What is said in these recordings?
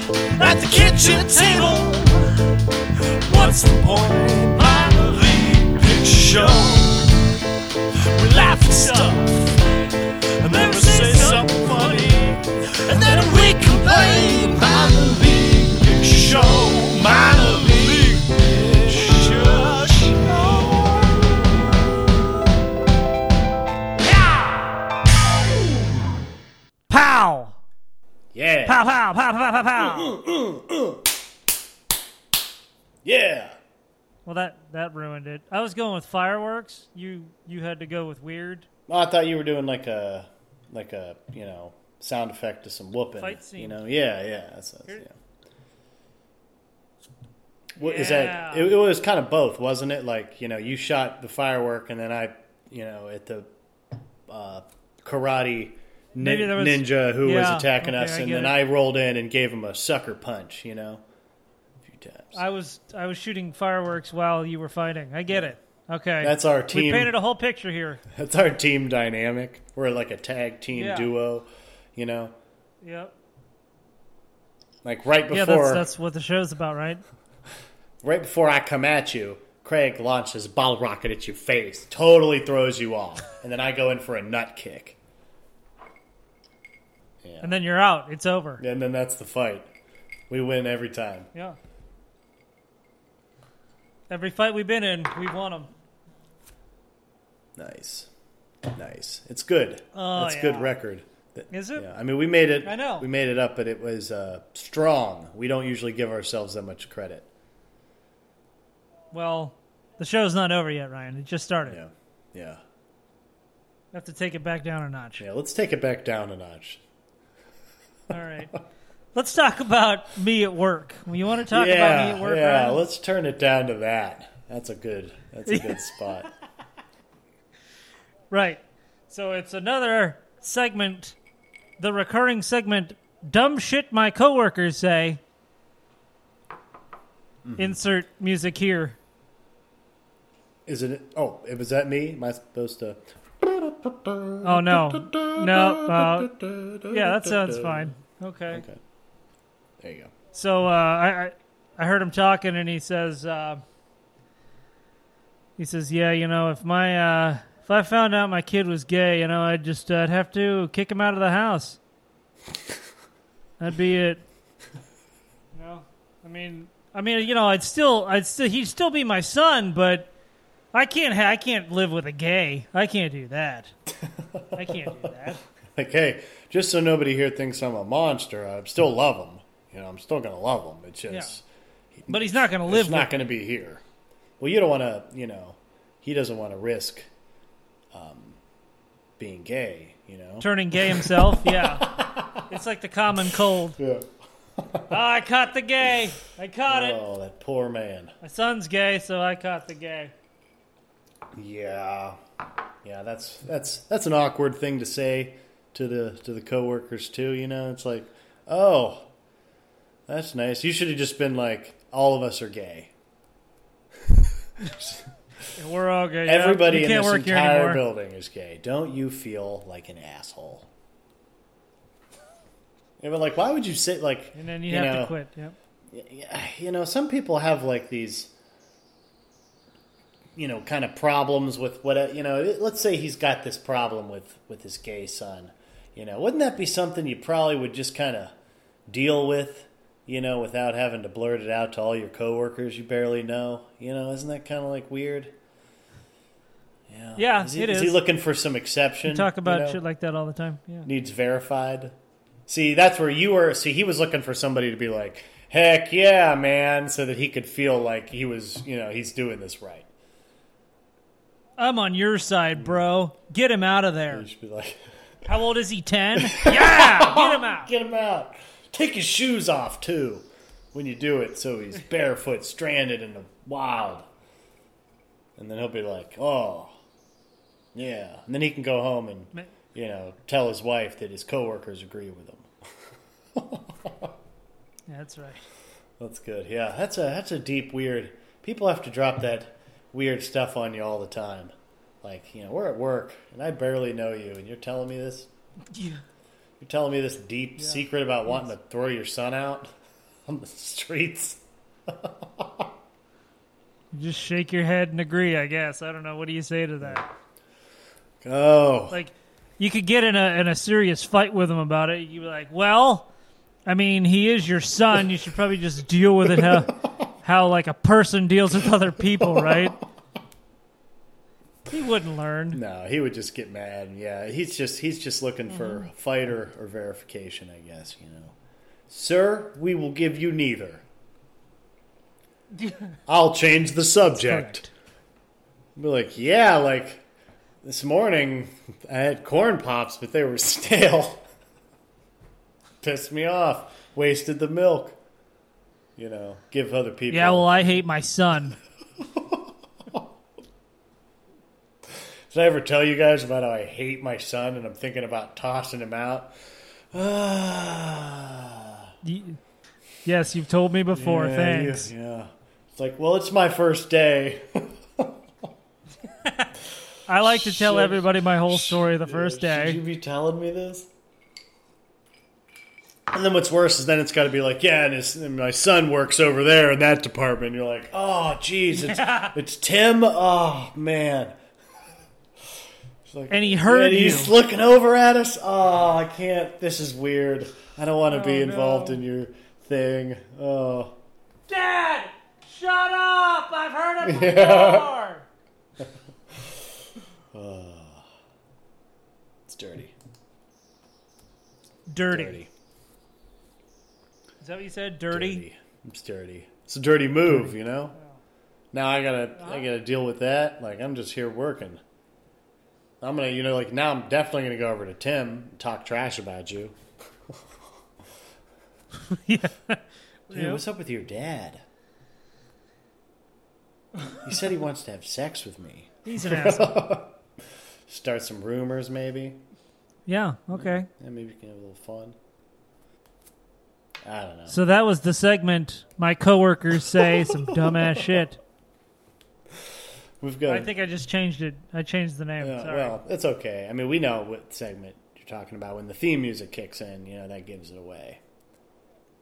the kitchen table. What's the point by the lead show? We laugh at stuff and then we say something funny, and then we complain by the lead show. Minor league big show. Pow! Yeah. Pow, pow, pow, pow, pow, pow. Yeah. Well, that, that ruined it. I was going with fireworks. You you had to go with weird. Well, I thought you were doing like a like a you know sound effect to some whooping. Fight scene. You know. Yeah. Yeah. That's, that's, yeah. Here- What is that? Yeah. It, it was kind of both, wasn't it? Like you know, you shot the firework, and then I, you know, at the uh, karate nin- Maybe there was- ninja who yeah, was attacking okay, us, I and get then it. I rolled in and gave him a sucker punch. You know, a few times. I was I was shooting fireworks while you were fighting. I get it. Okay. That's our We team. painted a whole picture here. That's our team dynamic. We're like a tag team Yeah. duo. You know, Yep. like right yeah, before that's that's what the show's about, right? right before I come at you, Craig launches a bottle rocket at your face, totally throws you off, and then I go in for a nut kick, And then you're out. It's over. and then that's the fight. We win every time. Yeah. Every fight we've been in, we've won them. Nice, nice. It's good. Oh, That's good yeah. record. That- Is it? Yeah. I mean, we made it. I know. we made it up, but it was uh, strong. We don't usually give ourselves that much credit. Well, the show's not over yet, Ryan. It just started. Yeah, yeah, We have to take it back down a notch. yeah. Let's take it back down a notch. All right. Let's talk about me at work. Well, you want to talk about me at work, Yeah, Ryan? let's turn it down to that. That's a good. That's a good spot. Right. So it's another segment, the recurring segment, dumb shit my coworkers say. Mm-hmm. Insert music here. Is it? Oh, it was that me? Am I supposed to? Oh no, no. Uh, yeah, that sounds fine. Okay. Okay. There you go. So uh, I, I I heard him talking, and he says uh, he says, yeah, you know, if my uh, if I found out my kid was gay, you know, I'd just uh, I'd have to kick him out of the house. That'd be it. No, I mean, I mean, you know, I'd still, I'd still, he'd still be my son, but I can't, ha- I can't live with a gay. I can't do that. I can't do that. Like, hey, just so nobody here thinks I'm a monster, I still love him. You know, I'm still gonna love him. It's just But he's not going to it's live. not gonna be here. Well, you don't want to. You know, he doesn't want to risk um, being gay. You know. turning gay himself. Yeah, it's like the common cold. Yeah. Oh, I caught the gay. I caught it. Oh, that poor man. My son's gay, so I caught the gay. Yeah, yeah. That's that's that's an awkward thing to say to the to the coworkers too. You know, it's like, oh, that's nice. You should have just been like, all of us are gay. We're all gay. yeah. Everybody you in can't this work here entire anymore. building is gay. Don't you feel like an asshole? Yeah, but like, why would you say like? And then you, have know, to quit. Yep. you know, some people have like these, you know, kind of problems with what you know. Let's say he's got this problem with with his gay son. You know, wouldn't that be something you probably would just kind of deal with? You know, without having to blurt it out to all your coworkers you barely know. You know, isn't that kind of like weird? Yeah, Yeah, Uh, Is he, it is he is. looking for some exception? Talk about you know? shit like that all the time. Yeah. needs verified. See, that's where you were. See, he was looking for somebody to be like, heck yeah, man, so that he could feel like he was, you know, he's doing this right. I'm on your side, bro. Get him out of there. He should be like, How old is he? Ten. yeah. Get him out. get him out. Take his shoes off, too, when you do it, so he's barefoot, stranded in the wild. And then he'll be like, oh, yeah. And then he can go home and, Ma- you know, tell his wife that his coworkers agree with him. Yeah, that's right. That's good. Yeah, that's a that's a deep weird. People have to drop that weird stuff on you all the time. Like you know, we're at work and I barely know you, and you're telling me this. Yeah. You're telling me this deep secret about wanting to throw your son out. on the streets. You just shake your head and agree, I guess. I don't know. What do you say to that? Oh, Like, you could get in a in a serious fight with him about it. You'd be like, well, I mean, he is your son. You should probably just deal with it how how like a person deals with other people, right? He wouldn't learn. no, he would just get mad. Yeah, he's just he's just looking for fight or, or verification, I guess, you know. Sir, we will give you neither. I'll change the subject. Correct. Be like, yeah, like this morning I had corn pops, but they were stale. Pissed me off. Wasted the milk. You know, give other people. Yeah, well, I hate my son. Did I ever tell you guys about how I hate my son and I'm thinking about tossing him out? Ah. Y- Yes, you've told me before. Yeah, you- Thanks. yeah. It's like, well, it's my first day. I like to tell Should- everybody my whole story the first Should you day. be telling me this? And then what's worse is then it's got to be like, yeah, and, his, and my son works over there in that department. You're like, oh, jeez, it's, it's Tim. Oh man. It's like- And he heard and he's you. looking over at us. Oh, I can't. This is weird. I don't want to be Oh, involved no. in your thing. Oh, Dad, shut up! I've heard it before. it's dirty. Dirty. Dirty. Is that what you said? Dirty. It's dirty. It's a dirty move, you know. Now I gotta, I gotta deal with that. Like I'm just here working. I'm gonna, you know, like now I'm definitely gonna go over to Tim and talk trash about you. Dude, Yeah. what's up with your dad? He said he wants to have sex with me. He's an asshole. Start some rumors, maybe. yeah. Okay. Yeah, maybe we can have a little fun. I don't know. So that was the segment. My coworkers say some dumbass shit. We've got. I think I just changed it. I changed the name. Yeah, Sorry. Uh, well, it's okay. I mean, we know what segment you're talking about. When the theme music kicks in, you know that gives it away.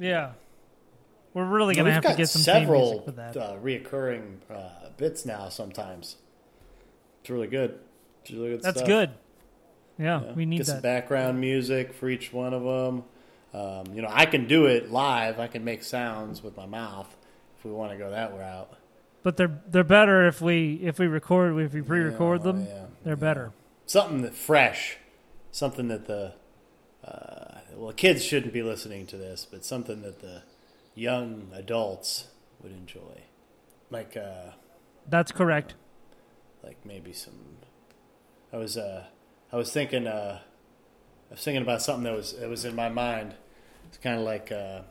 yeah. We're really We've gonna have to got get some theme several music for that. Uh, reoccurring uh, bits now. Sometimes it's really good. It's really good. That's stuff. good. Yeah, we need Get some that. background music for each one of them. Um, you know, I can do it live. I can make sounds with my mouth if we want to go that route. But they're they're better if we if we record if we pre-record well, them. yeah, they're better. something that fresh, something that the uh, well kids shouldn't be listening to this, but something that the young adults would enjoy, like uh, That's correct. like maybe some. I was uh, I was thinking uh, I was thinking about something that was that was in my mind. It's kind of like uh,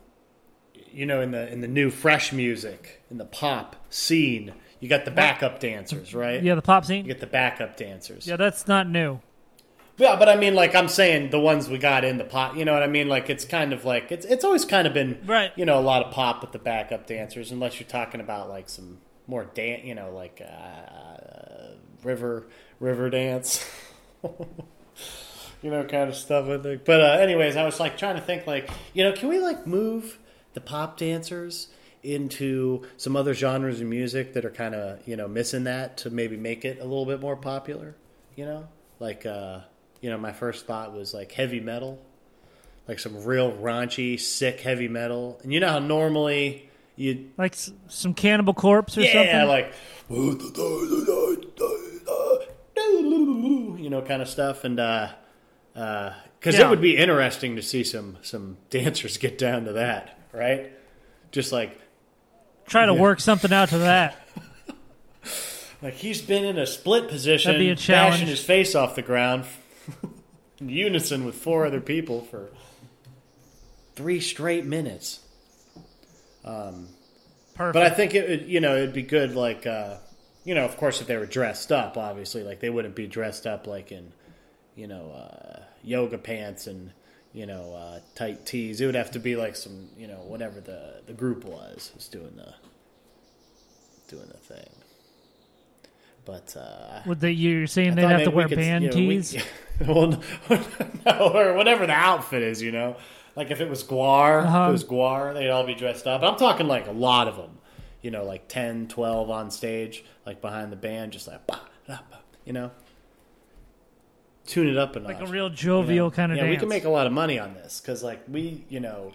you know in the in the new fresh music in the pop scene, you got the backup dancers, right? Yeah, the pop You scene. get the backup dancers. Yeah, that's not new. Yeah, but I mean, like I'm saying, the ones we got in the pot. You know what I mean? Like it's kind of like it's it's always kind of been Right. You know, a lot of pop with the backup dancers, unless you're talking about like some more dance. You know, like uh, uh, river river dance. you know, kind of stuff. I think. But uh, anyways, I was like trying to think, like you know, can we like move the pop dancers? into some other genres of music that are kind of you know missing that to maybe make it a little bit more popular you know like uh you know my first thought was like heavy metal like some real raunchy sick heavy metal and you know how normally you Like s- some Cannibal Corpse or yeah something. like you know kind of stuff and uh uh because Yeah. it would be interesting to see some some dancers get down to that right just like Try to work something out to that. Like he's been in a split position, That'd be a challenge. bashing his face off the ground, in unison with four other people for three straight minutes. Perfect. But I think it, would you know, it'd be good. Like, uh, you know, of course, if they were dressed up, obviously, like they wouldn't be dressed up like in, you know, uh, yoga pants and you know uh, tight tees. It would have to be like some, you know, whatever the the group was was doing the doing the thing. But uh, Would they, you're saying I they'd thought have to maybe we wear could, band you know, we- tees? well, no, or whatever the outfit is, you know. Like if it was Guar, if Uh-huh. it was Guar, they'd all be dressed up. I'm talking like a lot of them, you know, like 10, 12 on stage, like behind the band, just like, bah, da, bah, you know, tune it up a notch. Like a real jovial kind of yeah, dance. we can make a lot of money on this because like we, you know,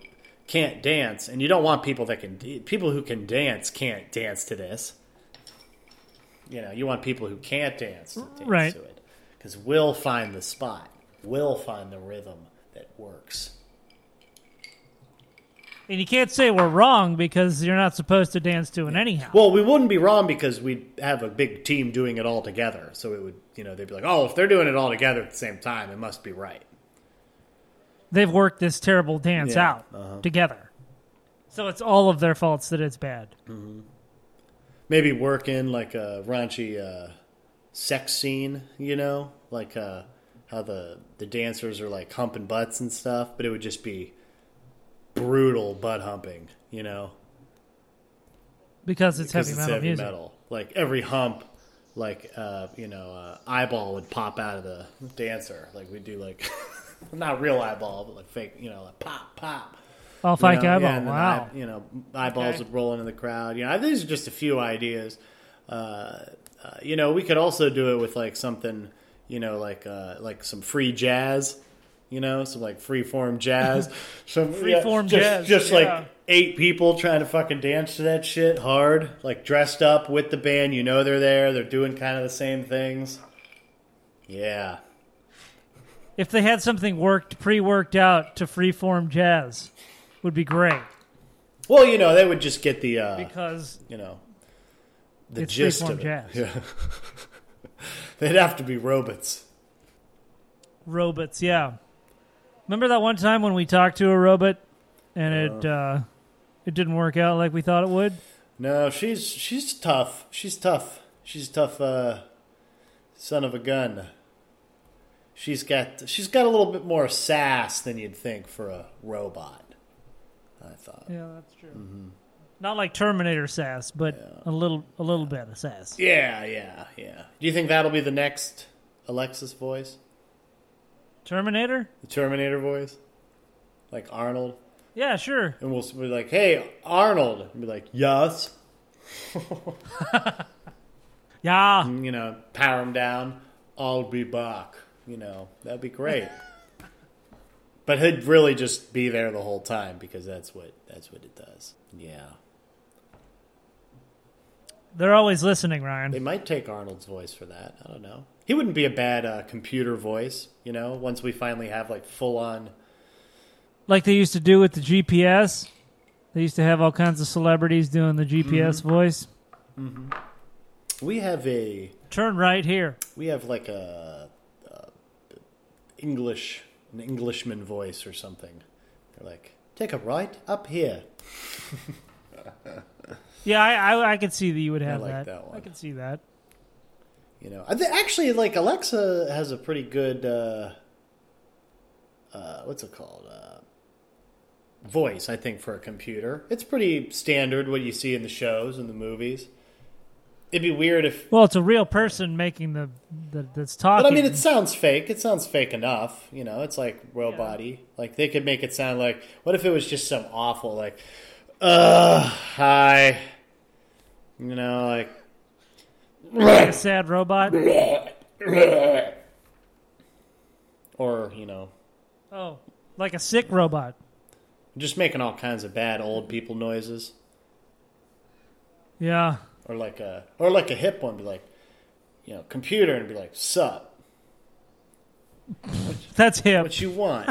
can't dance, and you don't want people that can people who can dance can't dance to this. You know, you want people who can't dance to dance Right. to it because we'll find the spot, we'll find the rhythm that works. and you can't say we're wrong because you're not supposed to dance to it anyhow. Well, we wouldn't be wrong because we'd have a big team doing it all together. So it would, you know, they'd be like, oh, if they're doing it all together at the same time, it must be right. They've worked this terrible dance Yeah, Uh-huh. out together. So it's all of their faults that it's bad. maybe work in like a raunchy uh, sex scene, you know, like uh, how the the dancers are like humping butts and stuff, but it would just be brutal butt humping, you know, Because it's heavy metal music. metal. Like every hump, like uh, you know, uh, eyeball would pop out of the dancer. Like we do, like not real eyeball, but like fake, you know, like pop, pop. All You fake know, eyeball. yeah, and then oh, wow. eye- you know, eyeballs Okay. would roll into the crowd. You know, these are just a few ideas. Uh, uh, you know, we could also do it with like something, you know, like uh, like some free jazz. You know, some like free form jazz. Some yeah, Free-form just, jazz, Just yeah. like eight people trying to fucking dance to that shit hard, like dressed up with the band. You know, they're there. They're doing kind of the same things. Yeah. if they had something worked, pre worked out to freeform jazz, would be great. Well, you know, they would just get the uh, Because you know, the It's gist freeform of it. jazz. Yeah. They'd have to be robots. robots, yeah. Remember that one time when we talked to a robot and it Uh-huh. uh, it didn't work out like we thought it would? No, she's she's tough. She's tough. She's a tough. Uh, son of a gun. She's got she's got a little bit more sass than you'd think for a robot. I thought. Yeah, that's true. Mm-hmm. Not like Terminator sass, but a little a little bit of sass. Yeah, yeah, yeah. Do you think that'll be the next Alexis voice? Terminator? The Terminator voice? Like Arnold? Yeah, sure. And we'll be like, hey, Arnold. And be like, yes. Yeah. you know, power him down. I'll be back. You know, that'd be great. but he'd really just be there the whole time because that's what that's what it does. Yeah, They're always listening, Ryan. they might take Arnold's voice for that. I don't know. He wouldn't be a bad uh, computer voice. You know, once we finally have like full on. like they used to do with the GPS. They used to have all kinds of celebrities doing the GPS Mm-hmm. voice. We have a Turn right here. we have like a, a English an Englishman voice or something. They're like, take a right up here. Yeah, I, I, I could see that you would have like that. that one. I could see that. You know, I thi- actually, like Alexa has a pretty good, uh, uh, what's it called, uh, voice. I think for a computer, it's pretty standard what you see in the shows and the movies. It'd be weird if, Well, it's a real person making the, the that's talking. but I mean, it sounds fake. It sounds fake enough. You know, it's like real body. Like they could make it sound like. What if it was just some awful like, uh, hi, you know, like a sad robot. or you know, Oh, like a sick robot. just making all kinds of bad old people noises. Yeah, or like a or like a hip one, be like, you know, computer, and be like, "Sup? that's him. What you want?"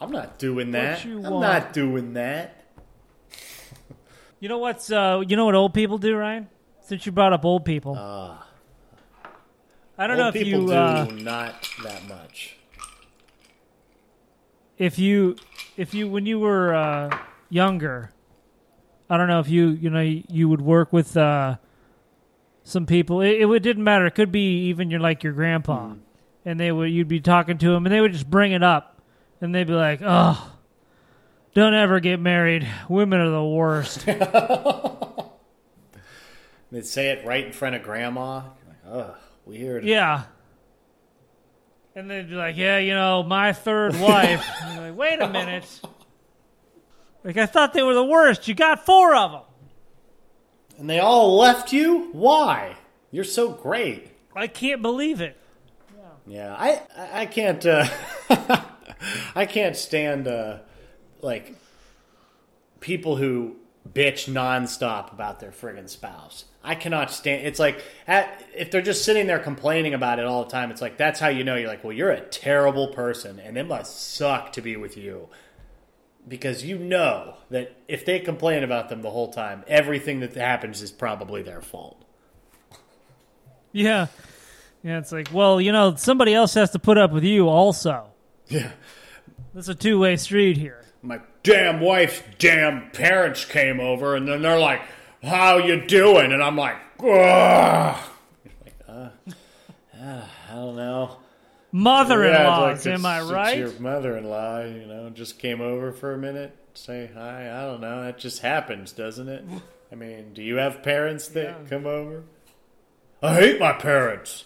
I'm not doing that. you I'm want? not doing that. You know what's uh, you know what old people do, Ryan? Since you brought up old people, I don't Uh, Old know if people you do uh, not that much. if you if you when you were uh, younger i don't know if you you know you would work with uh, some people it, it, would- didn't matter it could be even your like your grandpa Hmm. and they would you'd be talking to him and they would just bring it up and they'd be like oh don't ever get married women are the worst They'd say it right in front of grandma. You're like, ugh, weird. yeah And they'd be like, yeah, you know, my third wife. And you're like, wait a minute. Like, I thought they were the worst. You got four of them. And they all left you? Why? You're so great. I can't believe it. Yeah, I I I can't uh, I can't stand uh, like people who bitch nonstop about their friggin' spouse. I cannot stand. It's like at, if they're just sitting there complaining about it all the time. It's like that's how you know you're like, well, you're a terrible person, and it must suck to be with you because you know that if they complain about them the whole time, everything that happens is probably their fault. Yeah. Yeah, it's like, well, you know, somebody else has to put up with you also. Yeah. It's a two way street here. my damn wife's damn parents came over and then they're like how you doing and i'm like Ugh. like uh, uh, i don't know Mother in Yeah, laws, it's like am I it's- it's right? your mother-in-law you know just came over for a minute say hi i don't know that just happens doesn't it i mean do you have parents that come over i hate my parents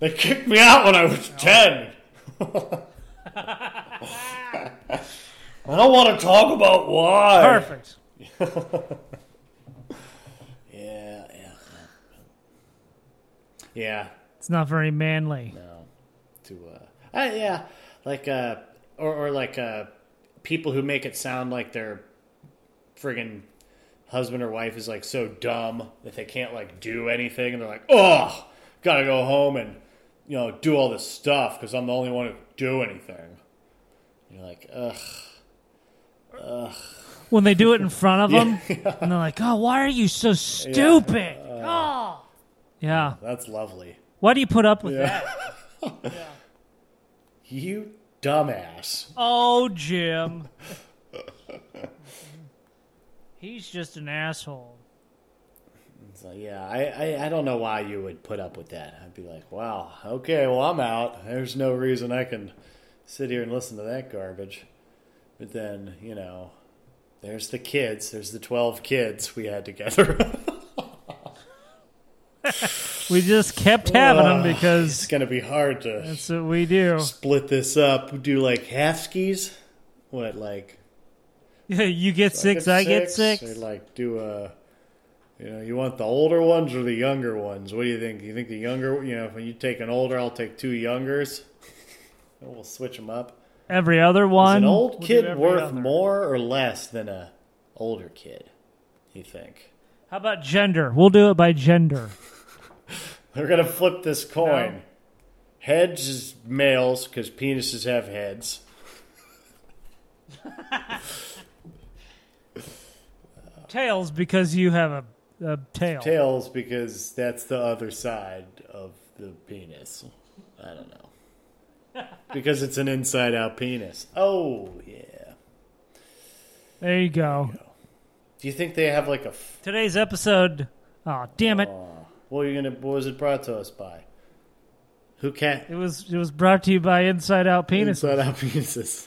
they kicked me out when i Oh. was 10 i don't want to talk about why Perfect. yeah yeah yeah It's not very manly. to uh, uh yeah like uh or, or like uh people who make it sound like their friggin husband or wife is like so dumb that they can't like do anything and they're like oh gotta go home and you know do all this stuff because i'm the only one who can do anything you're like ugh When they do it in front of them, and they're like, oh, why are you so stupid? Uh, oh. Yeah. that's lovely Why do you put up with that? you dumbass Oh, Jim. He's just an asshole. So yeah, I, I, I don't know why you would put up with that. I'd be like, wow, okay, well I'm out. There's no reason I can sit here and listen to that garbage. But then you know, there's the kids. There's the twelve kids we had together. We just kept having them it's because gonna be hard to that's what we do. split this up. Do like half skis? What like Yeah, you get six, I get six. Or like do a, you know, you want the older ones or the younger ones? What do you think? You think the younger, you know, when you take an older, I'll take two youngers. And we'll switch them up. Every other Is one. an old we'll do kid every worth other. more or less than a older kid? You think How about gender? We'll do it by gender. they're gonna flip this coin? Heads is males because penises have heads. Tails because you have a, a tail. Tails because that's the other side of the penis. I don't know. because it's an inside out penis. Oh, yeah. There you go. Do you think they have like a. F- Today's episode. Oh, damn it. what, are you gonna, what was it brought to us by? Who It can't. was it was brought to you by Inside Out Penis. Inside out penises.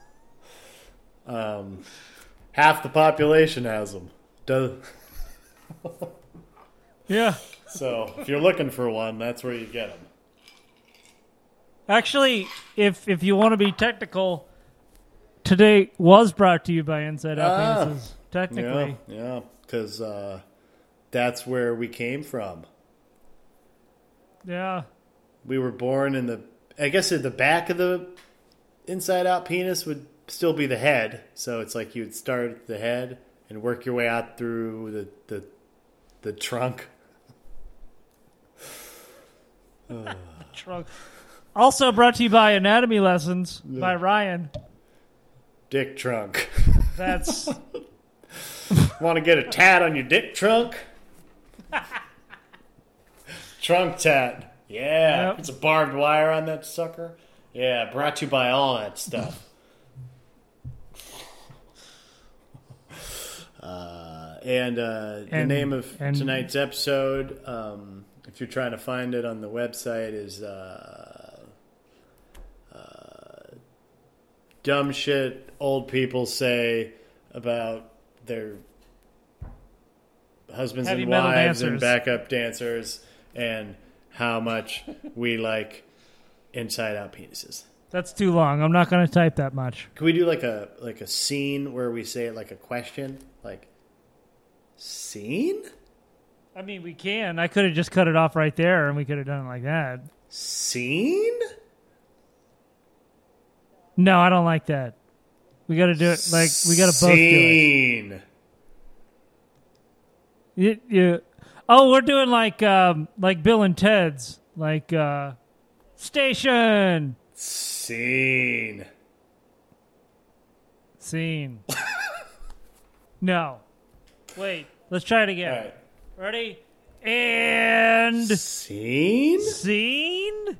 um, half the population has them. Does, Yeah. so if you're looking for one, that's where you get them. Actually, if if you want to be technical, today was brought to you by Inside Out Ah. Penises. Technically. Yeah, yeah, because uh, that's where we came from. Yeah. We were born in the, I guess, at the back of the inside out penis would still be the head. So it's like you'd start at the head and work your way out through the the, the trunk. Trunk. Also brought to you by Anatomy Lessons by Ryan. Dick trunk. That's Want to get a tat on your dick trunk? trunk tat. Yeah. Yep. It's a barbed wire on that sucker. Yeah. Brought to you by all that stuff. uh, and uh, the And- name of and- tonight's episode, um, if you're trying to find it on the website, is uh, uh, Dumb Shit Old People Say About Their Husbands Heavy and metal Wives dancers. and Backup Dancers and how much we like inside out penises. That's too long. I'm not going to type that much. Can we do like a like a scene where we say it like a question? Like scene? I mean, we can. I could have just cut it off right there, and we could have done it like that. Scene? No, I don't like that. We got to do it like we got to both do it. scene. You, you- oh, we're doing like um, like Bill and Ted's, like uh, station Scene. scene. no, wait. Let's try it again. All right. Ready and Scene? scene.